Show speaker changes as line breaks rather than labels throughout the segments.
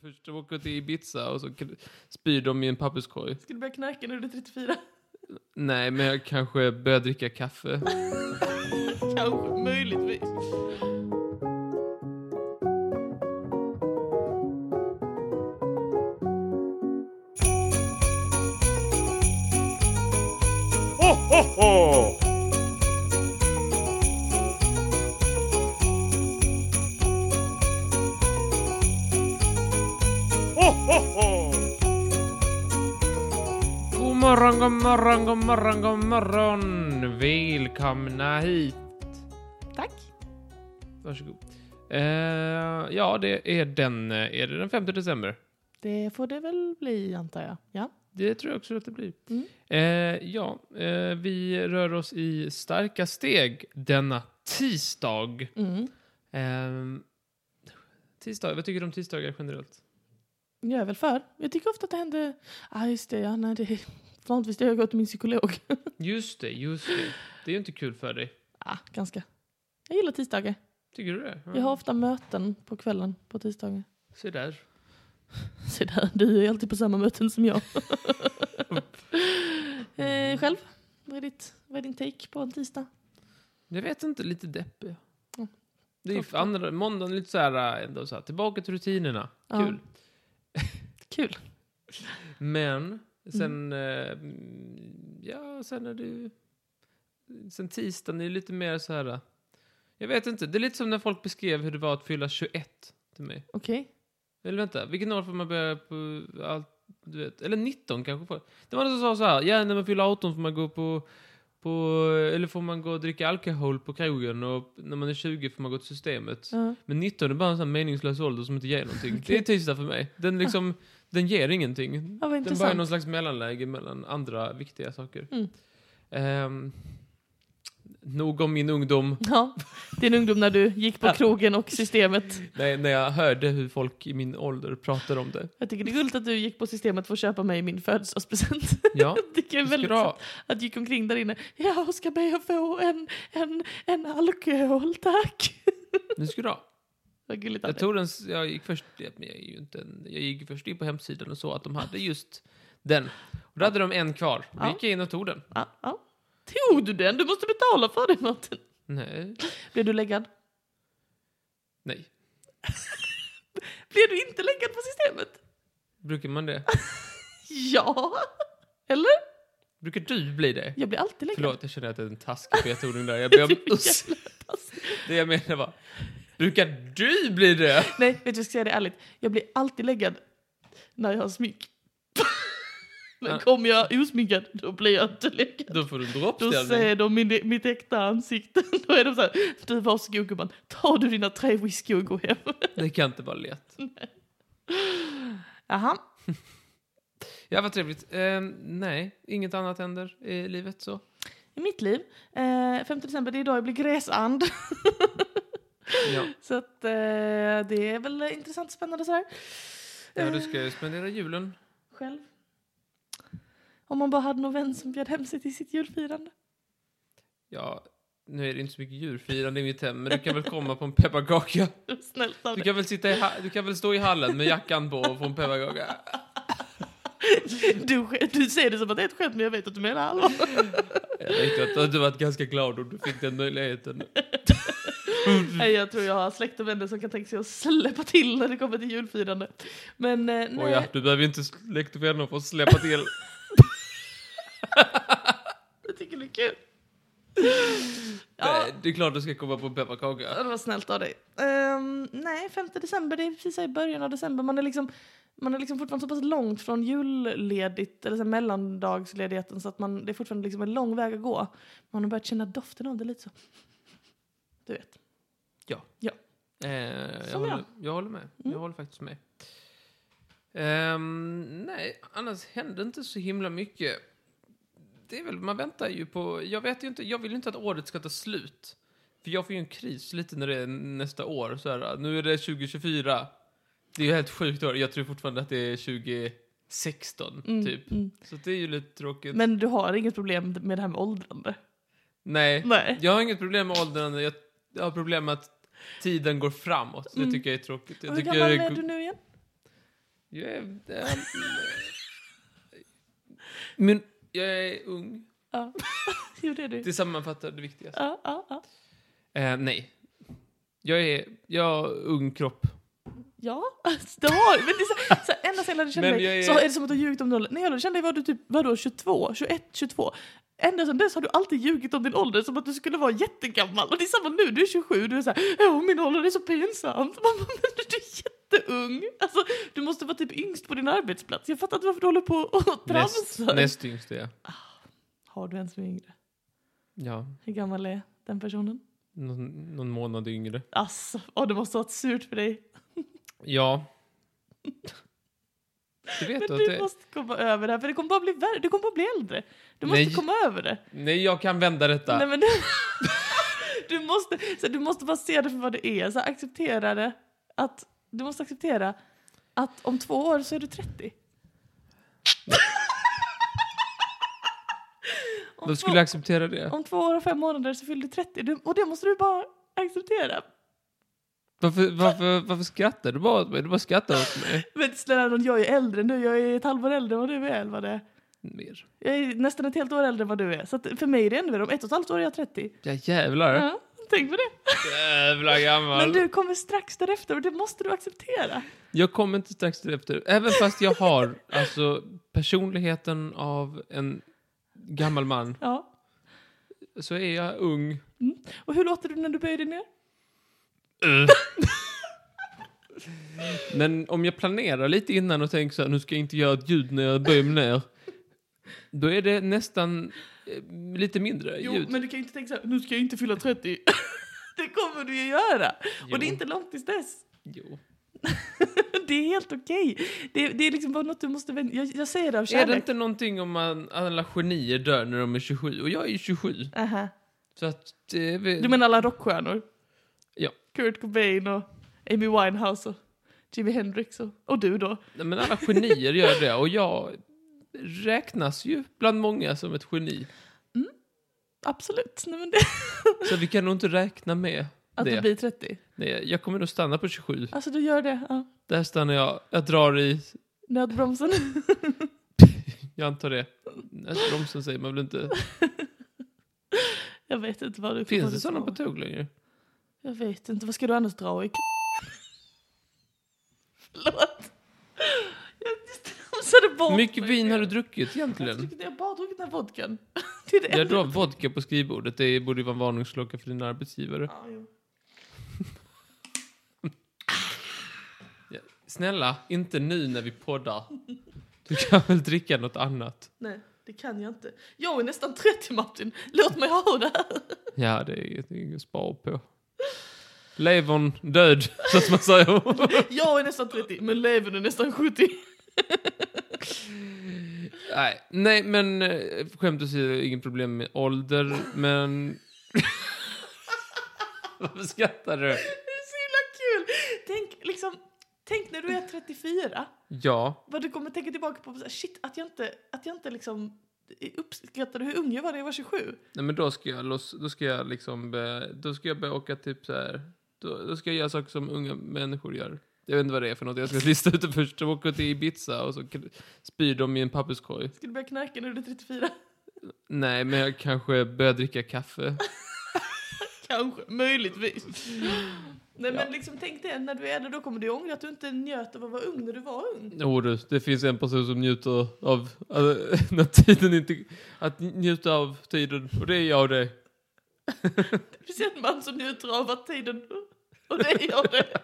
Först de åker till Ibiza och så spyr de i en papperskorg.
Ska du börja knarka när du är 34?
Nej, men jag kanske börjar dricka kaffe.
Kanske, möjligtvis.
Ho, ho, ho! Ho, ho, ho!
God morgon, god morgon, god morgon, god morgon. Välkomna hit.
Tack.
Varsågod. Eh, ja, det är den, eh, är det den 5 december.
Det får det väl bli, antar jag. Ja.
Det tror jag också att det blir.
Mm.
Eh, ja, eh, vi rör oss i starka steg denna tisdag.
Mm.
Ehm, tisdag, vad tycker du om tisdagar generellt?
Jag är väl för. Jag tycker ofta att det händer... Ah, just det, ja, nej, det... Vanligtvis har jag gått till min psykolog.
Just det, just det. Det är ju inte kul för dig.
Ah, ganska. Jag gillar tisdagar.
Tycker du det? Ja.
Jag har ofta möten på kvällen på tisdagar.
Se där.
Se där, du är alltid på samma möten som jag. eh, själv? Vad är, ditt, vad är din take på en tisdag?
Jag vet inte, lite deppig.
Mm.
Det är ju
Ofta.
andra, måndagen är lite så här, äh, ändå så här, tillbaka till rutinerna.
Ja.
Kul.
Kul.
Men sen, eh, mm, ja, sen är det ju, sen tisdagen är ju lite mer så här, äh, jag vet inte, det är lite som när folk beskrev hur det var att fylla 21 till mig.
Okej.
Eller vänta, vilken år får man börja på allt? Du vet, eller 19 kanske? Får. Det var någon som sa så här, ja när man fyller 18 får man gå på, på eller får man gå och dricka alkohol på krogen och när man är 20 får man gå till systemet.
Ja.
Men 19 är bara en sån här meningslös ålder som inte ger någonting. Det är tisdag för mig. Den liksom, den ger ingenting.
Ja, vad
Den bara är
intressant.
någon slags mellanläge mellan andra viktiga saker.
Mm.
Ehm, nog om min ungdom.
Ja, din ungdom när du gick på
Ja.
krogen och systemet.
Nej, när jag hörde hur folk i min ålder pratade om det.
Jag tycker det är gulligt att du gick på systemet för att köpa mig min födelsedagspresent.
Ja,
Jag tycker det är
det ska
väldigt
du ha.
att du gick omkring där inne. Ja, ska be jag få en, en, en alkohol tack?
Nu ska du ha.
Vad gulligt av
Jag
dig.
tror den, s- jag gick först, ja, men jag, är ju inte en, jag gick först in på hemsidan och så att de hade just den. Och då hade de en kvar. Då
Ja.
gick jag in och tog den.
Ja, ja. Tog du den? Du måste betala för den Martin.
Nej.
Blev du läggad?
Nej.
Blev du inte läggad på systemet?
Brukar man det?
Ja. Eller?
Brukar du bli det?
Jag blir alltid läggad.
Förlåt, jag känner att det är en taskig betoning där. Jag ber om
Du
ursäkt.
jävla taskig.
Det jag menar var, brukar du bli det?
Nej, vet du vad jag ska säga det ärligt? Jag blir alltid läggad när jag har smink. Men
Ja.
kommer jag osminkad, då blir jag inte läggad.
Då får du en
Då
droppställning.
ser de min, mitt äkta ansikte. Då är de så här, du varsågod gumman, tar du dina tre whisky och går hem.
Det kan inte vara lätt.
Jaha,
Ja, vad trevligt. Ehm, nej, inget annat händer i livet så.
i mitt liv, eh, 5 december, det är idag jag blir gräsand.
Ja.
Så att eh, det är väl intressant och spännande sådär.
ja, du ska ju spendera julen.
Själv. Om man bara hade någon vän som bjöd hem sig till sitt julfirande.
Ja, nu är det inte så mycket djurfirande i mitt hem, men du kan väl komma på en pepparkaka?
Snällt av
Du
dig.
kan väl, sitta i ha- du kan väl stå i hallen med jackan på och få en pepparkaka?
Du, sk- du säger det som att det är ett skämt men jag vet att du menar allvar.
Jag vet att du hade varit ganska glad om du fick den möjligheten. Mm.
Nej, jag tror jag har släkt och vänner som kan tänka sig att släppa till när det kommer till julfirande. Men eh, nej.
Och ja, du behöver inte släkt och vänner för att släppa till.
Jag tycker det är kul. Ja,
Nej, Det är klart du ska komma på en pepparkaka.
det var snällt av dig. Ehm, nej, 5 december, det är precis här i början av december. Man är liksom, man är liksom fortfarande så pass långt från julledigt, eller så här mellandagsledigheten, så att man, det är fortfarande liksom en lång väg att gå. Man har börjat känna doften av det lite så. Du vet.
Eh, jag,
Som
håller,
jag.
jag håller med. Jag
Mm.
håller faktiskt med. Ehm, nej, annars hände inte så himla mycket. Det är väl, man väntar ju på... Jag vet ju inte, jag vill ju inte att året ska ta slut. För jag får ju en kris lite när det är nästa år. Så här, nu är det 2024. Det är ju helt sjukt år. Jag tror fortfarande att det är 2016,
Mm,
typ.
mm.
Så det är ju lite tråkigt.
Men du har inget problem med det här med åldrande?
nej,
Nej.
jag har inget problem med åldrande. Jag, jag har problem med att tiden går framåt. Det
Mm.
tycker jag är tråkigt. Jag
Hur
tycker
gammal
det-
är du nu igen?
Jag är... eh, Men jag är ung.
Ja. jo, det är du.
Det sammanfattar det viktigaste.
Ja, ja, ja.
Eh, nej. Jag är... Jag har ung kropp.
Ja, alltså, det har men det är så, så här, ända sedan jag lärde känna
Men
dig
jag är-
så är det som att du har ljugit om din ålder. När jag lärde känna dig var du typ vadå, 22, 21, 22. Ända sedan dess har du alltid ljugit om din ålder som att du skulle vara jättegammal. Och det är samma nu, du är 27, du är såhär åh min ålder är så pinsamt. Man bara, Men du är jätteung. Alltså, du måste vara typ yngst på din arbetsplats. Jag fattar inte varför du håller på och
Näst,
tramsar.
näst yngst är jag.
Har du en som är yngre?
Ja.
Hur gammal är den personen?
Någon, någon månad yngre.
Alltså, åh, det måste ha varit surt för dig.
Ja. Du vet
Men
du att
du
det...
måste komma över det här, för det kommer bara bli värre. Du kommer bara bli äldre. Du måste
Nej.
komma över det.
Nej, jag kan vända detta.
Nej, men du, du, måste, så du måste bara se det för vad det är. Så acceptera det. Att, du måste acceptera att om två år så är du 30. om,
Då skulle jag acceptera det.
två, om två år och fem månader så fyller du 30. Du, och det måste du bara acceptera.
Varför, varför, varför skrattar du bara åt mig? Du bara skrattar åt mig.
Men snälla nån, jag är äldre nu. Jag är ett halvår äldre än vad du är. Eller vad det är.
Mer.
Jag är nästan ett helt år äldre än vad du är. Så att för mig är det ännu värre. Om ett och ett halvt år är jag 30.
Ja, jävlar.
Ja, tänk på det.
Jävla gammal.
Men du kommer strax därefter och det måste du acceptera.
Jag kommer inte strax därefter. Även fast jag har alltså personligheten av en gammal man
Ja.
så är jag ung.
Och hur låter du när du böjer dig ner?
Eh. Men om jag planerar lite innan och tänker så här, nu ska jag inte göra ett ljud när jag böjer mig ner. Då är det nästan eh, lite mindre
Jo,
ljud.
men du kan ju inte tänka så här, nu ska jag inte fylla 30. det kommer du ju göra.
Jo,
Och det är inte långt tills dess.
jo.
det är helt okej. Det, det är liksom bara något du måste vänja jag, jag säger det av
Är
kärlek.
det inte någonting om man, alla genier dör när de är 27? Och jag är ju 27.
Aha.
Så att... Eh, vi-
Du menar alla rockstjärnor?
Ja.
Kurt Cobain och Amy Winehouse och Jimi Hendrix och, och du då.
Nej, men alla genier gör det och jag räknas ju bland många som ett geni.
Absolut. Nej, men det,
Så vi kan nog inte räkna med
att
det.
du blir 30.
Nej, jag kommer nog stanna på 27.
Alltså du gör det. Ja.
Där stannar jag. Jag drar i,
Nödbromsen.
jag antar det. Bromsen säger man väl inte.
jag vet inte vad du
Finns
vad
det
du
sådana
tror.
på tåg längre?
Jag vet inte, vad ska du annars dra i? Förlåt. Jag strosade bort
Hur mycket
mig.
vin har du druckit
Jag har
egentligen?
druckit- jag har bara druckit den här vodkan. Det är det
Jag
enda.
drar vodka på skrivbordet. Det borde ju vara en varningsklocka för din arbetsgivare.
Ja, jo.
Snälla, inte nu när vi poddar. Du kan väl dricka något annat?
Nej, det kan jag inte. Jag är nästan 30 Martin, låt mig ha det här.
Ja, det är inget- inget spar på. Levern död, så att man säger.
Jag är nästan 30, men levern är nästan 70.
Nej, nej men eh, skämt åsido, inget problem med ålder, men... Varför skrattar du?
Det är så himla kul! Tänk, liksom, tänk när du är 34,
Ja,
vad du kommer tänka tillbaka på, så här, shit att jag inte, att jag inte liksom uppskattade hur ung jag var när jag var 27.
nej, men då ska jag, loss, då ska jag liksom, eh, då ska jag börja åka typ så här. Då, då ska jag göra saker som unga människor gör. Jag vet inte vad det är för något, jag ska lista ut det först. Jag åker till Ibiza och så kn- spyr de i en papperskorg.
Ska du börja knarka när du är 34?
Nej, men jag kanske börjar dricka kaffe.
Kanske, möjligtvis. Nej
Ja.
men liksom tänk dig när du är äldre då kommer du ångra att du inte njöt av att vara ung när du var ung.
Jo, du, det finns en person som njuter av att, när tiden inte, att njuta av tiden och det är jag och dig.
Du ser en man som njuter av att tiden och det gör det.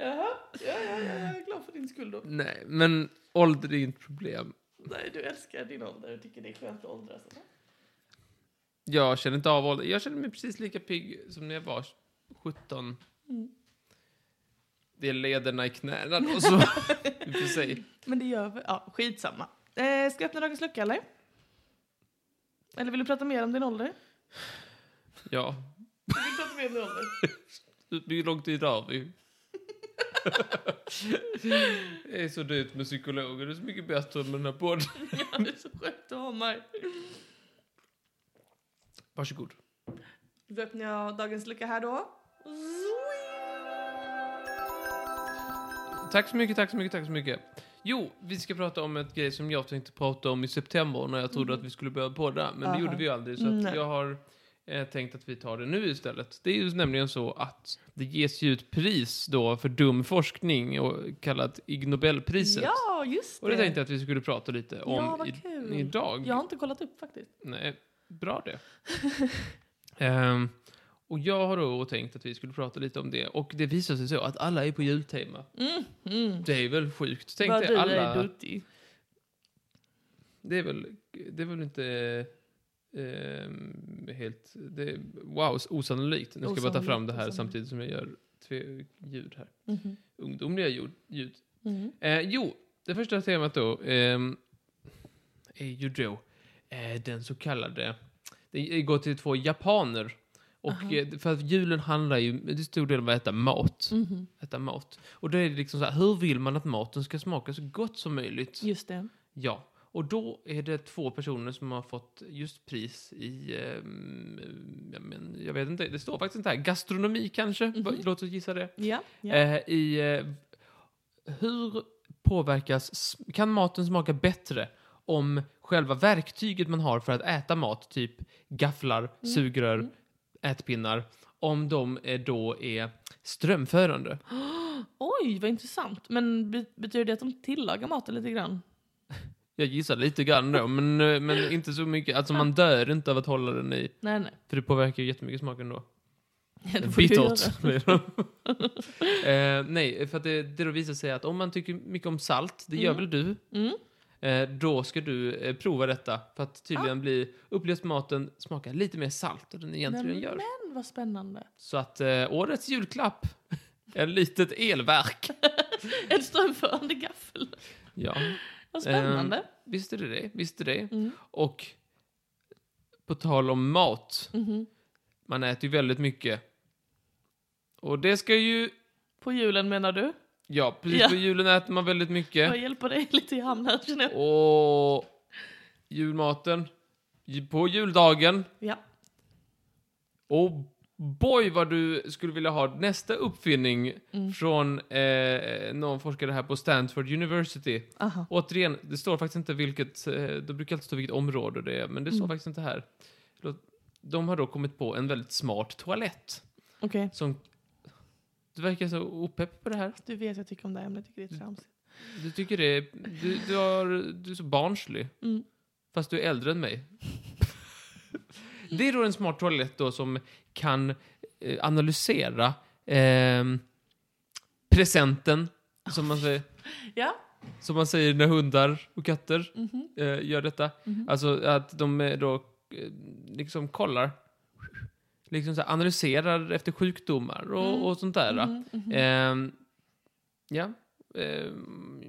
Jaha, ja, ja, ja, jag är glad för din skull då.
Nej, men ålder är inget problem.
Nej, du älskar din ålder och tycker det är skönt att åldras.
Jag känner inte av ålder. Jag känner mig precis lika pigg som när jag var 17.
Mm.
Det är lederna i knäna och så. I och för sig.
Men det gör vi, ja skitsamma. Eh, ska jag öppna dagens lucka eller? Eller vill du prata mer om din ålder?
Ja.
Vill du prata mer om din ålder?
Hur lång tid har vi? Det är så dyrt med psykologer. Det är så mycket bättre med den här podden.
Ja, det är så skönt att ha mig.
Varsågod.
Då öppnar jag dagens lucka här då. Zoing!
Tack så mycket, tack så mycket, tack så mycket. Jo, vi ska prata om ett grej som jag tänkte prata om i september när jag trodde att vi skulle börja podda. Men
Mm. Aha.
det gjorde vi ju aldrig, så att
Nej.
jag har eh, tänkt att vi tar det nu istället. Det är ju nämligen så att det ges ju ett pris då för dum forskning, och kallat Ig Nobelpriset.
Ja, just det.
Och det tänkte jag att vi skulle prata lite om
Ja, vad
i,
kul.
idag.
Jag har inte kollat upp faktiskt.
Nej, bra det. Ehm, och jag har då tänkt att vi skulle prata lite om det. Och det visar sig så att alla är på jultema.
Mm, mm.
Det är väl sjukt. Tänk
Vad
dig
du är
alla...
duktig.
Det är väl, det är väl inte ehm, helt... Det är, wow, osannolikt. Nu ska jag bara ta
Osannolikt,
fram det här
osannolikt.
samtidigt som jag gör tve, ljud här.
Mhm.
Ungdomliga ljud. ljud.
Mm.
Eh, jo, det första temat då ehm, är ju då eh, den så kallade... Det går till två japaner. Och,
Aha.
eh, för att julen handlar ju till stor del om att äta mat.
Mhm.
Äta mat. Och då är det liksom så här, hur vill man att maten ska smaka så gott som möjligt?
Just det.
Ja, och då är det två personer som har fått just pris i, ehm, ja, men, jag vet inte, det står faktiskt inte här, gastronomi kanske,
Mhm.
låt oss gissa det.
Ja. ja.
Eh, I eh, hur påverkas, s- kan maten smaka bättre om själva verktyget man har för att äta mat, typ gafflar,
Mm,
sugrör, ätpinnar, om de eh, då är strömförande?
Oj, vad intressant. Men be- betyder det att de tillagar maten lite grann?
Jag gissar lite grann då, men, eh, men inte så mycket. Alltså man dör inte av att hålla den i
Nej, nej.
För det påverkar ju jättemycket smaken då.
Ja, det får du göra.
Bittert blir det. eh, Nej, för att det, det då visar sig att om man tycker mycket om salt, det gör väl
Mm.
du,
Mm.
eh, då ska du eh, prova detta. För att
Ah.
tydligen blir upplevs maten smaka lite mer salt än den egentligen
Nej,
gör.
Men vad spännande.
Så att eh, årets julklapp, ett litet elverk.
En strömförande gaffel.
ja,
Vad spännande.
visst är det det. Visst är det.
Mm.
Och på tal om mat,
Mhm.
man äter ju väldigt mycket. Och det ska ju
På julen menar du?
Ja, precis.
Ja.
På julen äter man väldigt
Jag
mycket.
hjälper dig lite i hamn här känner jag.
Och julmaten. ju- På juldagen.
Ja.
Och boy vad du skulle vilja ha nästa uppfinning
Mm.
från eh, någon forskare här på Stanford University.
Aha.
Återigen, det står faktiskt inte vilket, eh, det brukar alltid stå vilket område det är, men det står
Mm.
faktiskt inte här. Låt- De har då kommit på en väldigt smart toalett
Okej.
som... Du verkar så opepp på det här.
Du vet jag tycker om det här ämnet, jag tycker det är tramsigt.
Du tycker det är, du, du, har, du är så barnslig.
Mm.
Fast du är äldre än mig. det är då en smart toalett då som kan eh, analysera ehm, presenten, som man säger.
Ja.
Som man säger när hundar och katter
Mhm.
eh, gör detta.
Mhm.
Alltså att de eh, då eh, liksom kollar. Liksom så här, analyserar efter sjukdomar och,
Mm.
och sånt där. va.
Mhm, mhm.
Ehm, ja. Ehm,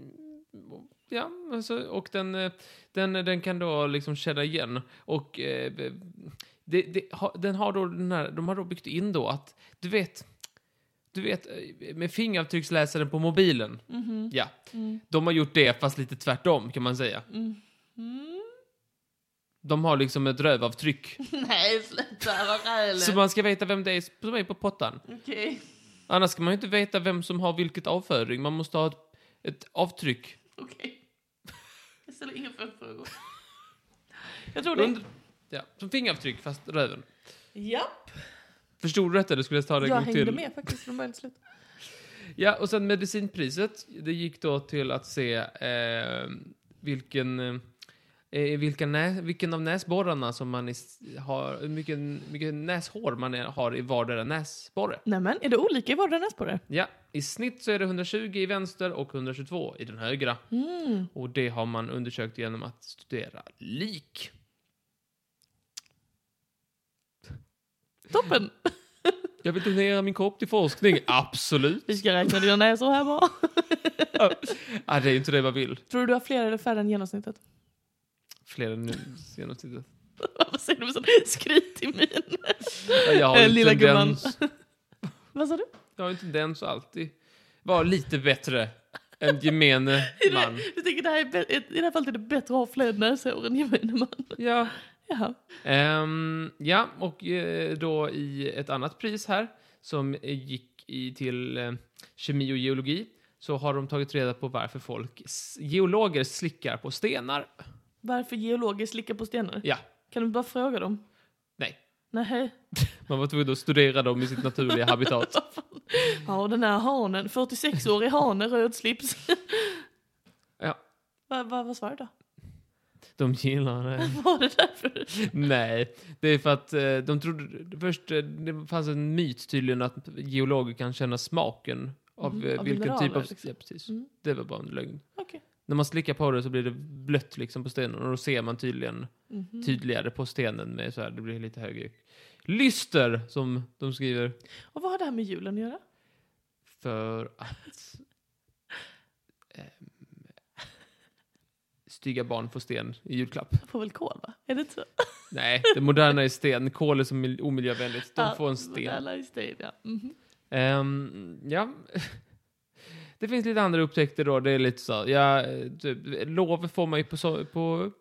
ja, alltså, och den, eh, den, den kan då liksom känna igen. Och eh, det, det, ha- den har då den här, de har då byggt in då att, du vet, du vet, eh, med fingeravtrycksläsaren på mobilen.
Mhm.
Ja,
Mm.
de har gjort det fast lite tvärtom kan man säga.
Mm. Mm.
De har liksom ett rövavtryck.
Nej, sluta, vad räligt.
Så man ska veta vem det är som är på pottan.
Okej.
Annars ska man ju inte veta vem som har vilket avföring. Man måste ha ett, ett avtryck.
Okej. Jag ställer inga följdfrågor. Jag tror det.
Und- ja, som fingeravtryck, fast röven.
Ja.
Förstod du detta? Du skulle ta det en
Jag
gång
hängde
till.
med faktiskt från början till slut.
Ja, och sen medicinpriset. Det gick då till att se eh, vilken, eh, vilka nä, vilken av näsborrarna som man is, har, hur mycket, mycket näshår man är, har i vardera näsborre.
Nämen, är det olika i vardera näsborre?
Ja, i snitt så är det 120 i vänster och 122 i den högra.
Mm.
Och det har man undersökt genom att studera lik.
Toppen!
Jag vill donera min kropp till forskning. Absolut.
Vi ska räkna dina näsor här bara.
Ah, det är ju inte det man vill.
Tror du du har fler eller färre än genomsnittet?
Fler än nu genomsnittet.
Vad säger du med sån skryt i min?
Ja, Jag har
Eh,
ju
lilla gumman.
tendens,
Vad sa du?
jag har ju tendens att alltid vara lite bättre än gemene man.
Du tänker det här är bä- i det här fallet är det bättre att ha fler näsor än gemene man?
Ja,
Jaha.
Ehm, ja och eh, då i ett annat pris här som eh, gick i, till eh, kemi och geologi så har de tagit reda på varför folk, s- geologer, slickar på stenar.
Varför geologer slickar på stenar?
Ja,
Kan du bara fråga dem?
nej.
Nej.
Man var tvungen att studera dem i sitt naturliga habitat.
Ja, och den här hanen. 46-årig hane, röd slips.
Ja.
Va, va, vad svarade du
De gillar det.
då? Var det därför?
Nej, det är för att eh, de trodde... Först, eh, det fanns en myt tydligen att geologer kan känna smaken av
Mhm,
eh,
av
vilken typ
mineraler,
av...
liksom.
Ja, precis.
Mm.
Det var bara en lögn.
Okej.
När man slickar på det så blir det blött liksom på stenen och då ser man tydligen
Mhm.
tydligare på stenen med så här, det blir lite högre lyster som de skriver
Och vad har det här med julen att göra?
för att ehm, stygga barn får sten i julklapp.
Jag får väl kol, va? Är det inte så?
Nej, det moderna är sten. Kol är så mil- omiljövänligt. De får en
Ja,
sten.
alla är sten, ja. Mhm.
Ehm, ja. Det finns lite andra upptäckter då. Det är lite så, här, ja, typ, lov får man ju på, so- på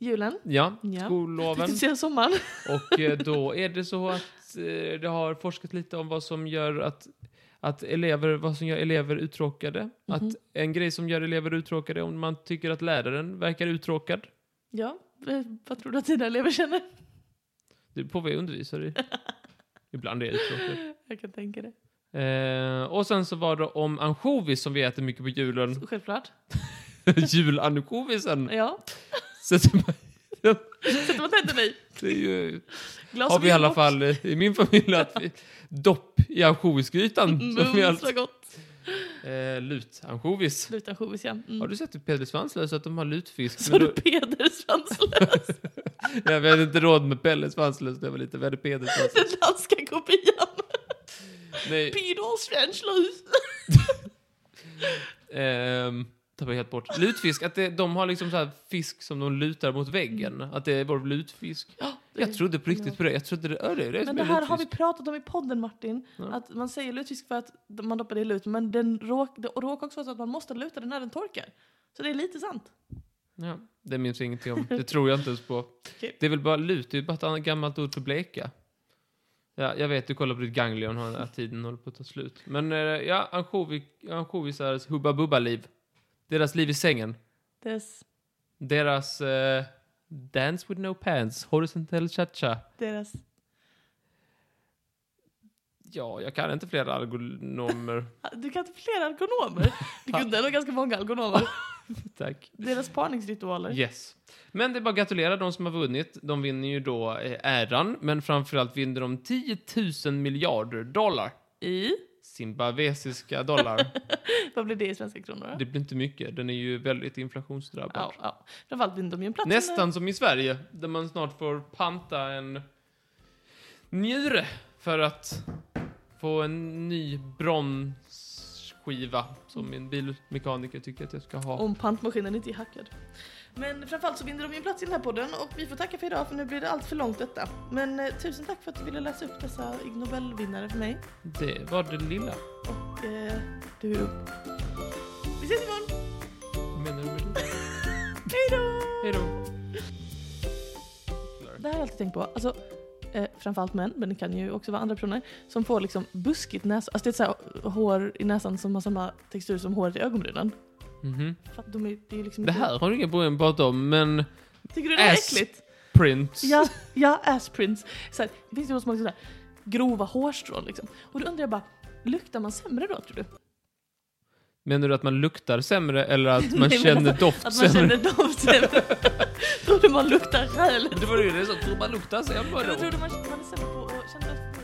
Julen.
ja,
Ja.
skolloven.
Vi ser sommaren.
Och eh, då är det så att eh, det har forskats lite om vad som gör att, att elever, vad som gör elever uttråkade. Att en grej som gör elever uttråkade är om man tycker att läraren verkar uttråkad.
Ja, eh, vad tror du att dina elever känner?
Det är på vad jag undervisar i. Ibland är jag uttråkad.
Jag kan tänka det.
Eh, och sen så var det om ansjovis som vi äter mycket på julen.
Självklart.
Julansjovisen!
Ja,
Sätter man-
sätter man tänderna i.
Det är ju,
Glas
har
och
vi i alla
vin
fall eh, i min familj att vi, dopp i ansjovisgrytan.
bort.
som vi
Mums,
alltid-
vad Mm, gott.
Eh, Lutansjovis.
Sluta ansjovis, ja.
Har
Mm.
du sett i Peder Svanslös att de har lutfisk?
Sa
Men
du
då-
Peder Svanslös?
Nej, vi hade inte råd med Pelle Svanslös när jag var liten. Vi hade Peder Svanslös.
Den danska kopian.
Nej,
Peder Svanslös.
ehm, tappade helt bort. Lutfisk, att det, de har liksom så här fisk som de lutar mot väggen. Att det är vår lutfisk. Jag trodde på riktigt på det. Jag trodde det. Ja, det är det
Men
som
det
är
här har vi
lutfisk.
pratat om i podden Martin.
Ja.
Att man säger lutfisk för att man doppar det i lut. Men den råk, det råkar också vara så att man måste luta den när den torkar. Så det är lite sant.
Ja, det minns jag ingenting om. Det tror jag inte ens på.
Okej.
Det är väl bara lut. Det är bara ett annat gammalt ord för bleka. Ja, jag vet, du kollar på ditt ganglion och den här tiden håller på att ta slut. Men eh, ja, ansjovi- ansjovisars hubba bubba liv. Deras liv i sängen.
Deras,
Deras eh, Dance with no pants, horisontell cha-cha.
deras.
Ja, jag kan inte flera algonomer.
Du kan inte flera algonomer. Du kunde ändå ganska många algonomer.
Tack.
Deras parningsritualer.
Yes. Men det är bara att gratulera de som har vunnit. De vinner ju då eh, äran, men framförallt vinner de 10 000 miljarder dollar.
I?
Zimbabwesiska dollar.
Vad blir det i svenska kronor då?
Det blir inte mycket. Den är ju väldigt inflationsdrabbad.
Ja, ja. Framförallt vinner de ju en plats.
Nästan som i Sverige, där man snart får panta en njure för att få en ny bronsskiva som min bilmekaniker tycker att jag ska ha.
Om pantmaskinen inte är hackad. Men framförallt så vinner de ju en plats i den här podden och vi får tacka för idag för nu blir det allt för långt detta. Men eh, tusen tack för att du ville läsa upp dessa Ig Nobel-vinnare för mig.
Det var det lilla.
Och eh, du är ung. Vi ses imorgon!
Vad menar du med det?
Hejdå!
Hej då. Mhm.
Det här har jag alltid tänkt på. Alltså, eh, framförallt män, men det kan ju också vara andra personer, som får liksom buskigt näs... Alltså det är ett så här hår i näsan som har samma textur som håret i ögonbrynen.
Mhm.
För att de är, det är ju liksom
Det
inte-
här har du inga problem att prata om, men
Tycker du det är
Ass.
äckligt?
prints.
Ja, ja assprints. Så här, det finns ju de som har liksom så här grova hårstrån liksom. Och då undrar jag bara, luktar man sämre då tror du?
Menar du att man luktar sämre eller att
Nej,
man
men
känner
alltså,
doft
Att man
sämre?
känner dem sämre? tror du man luktar räligt?
Det var ju det som tror man luktar sämre
Eller
då.
tror du man, man är sämre på att känna doft?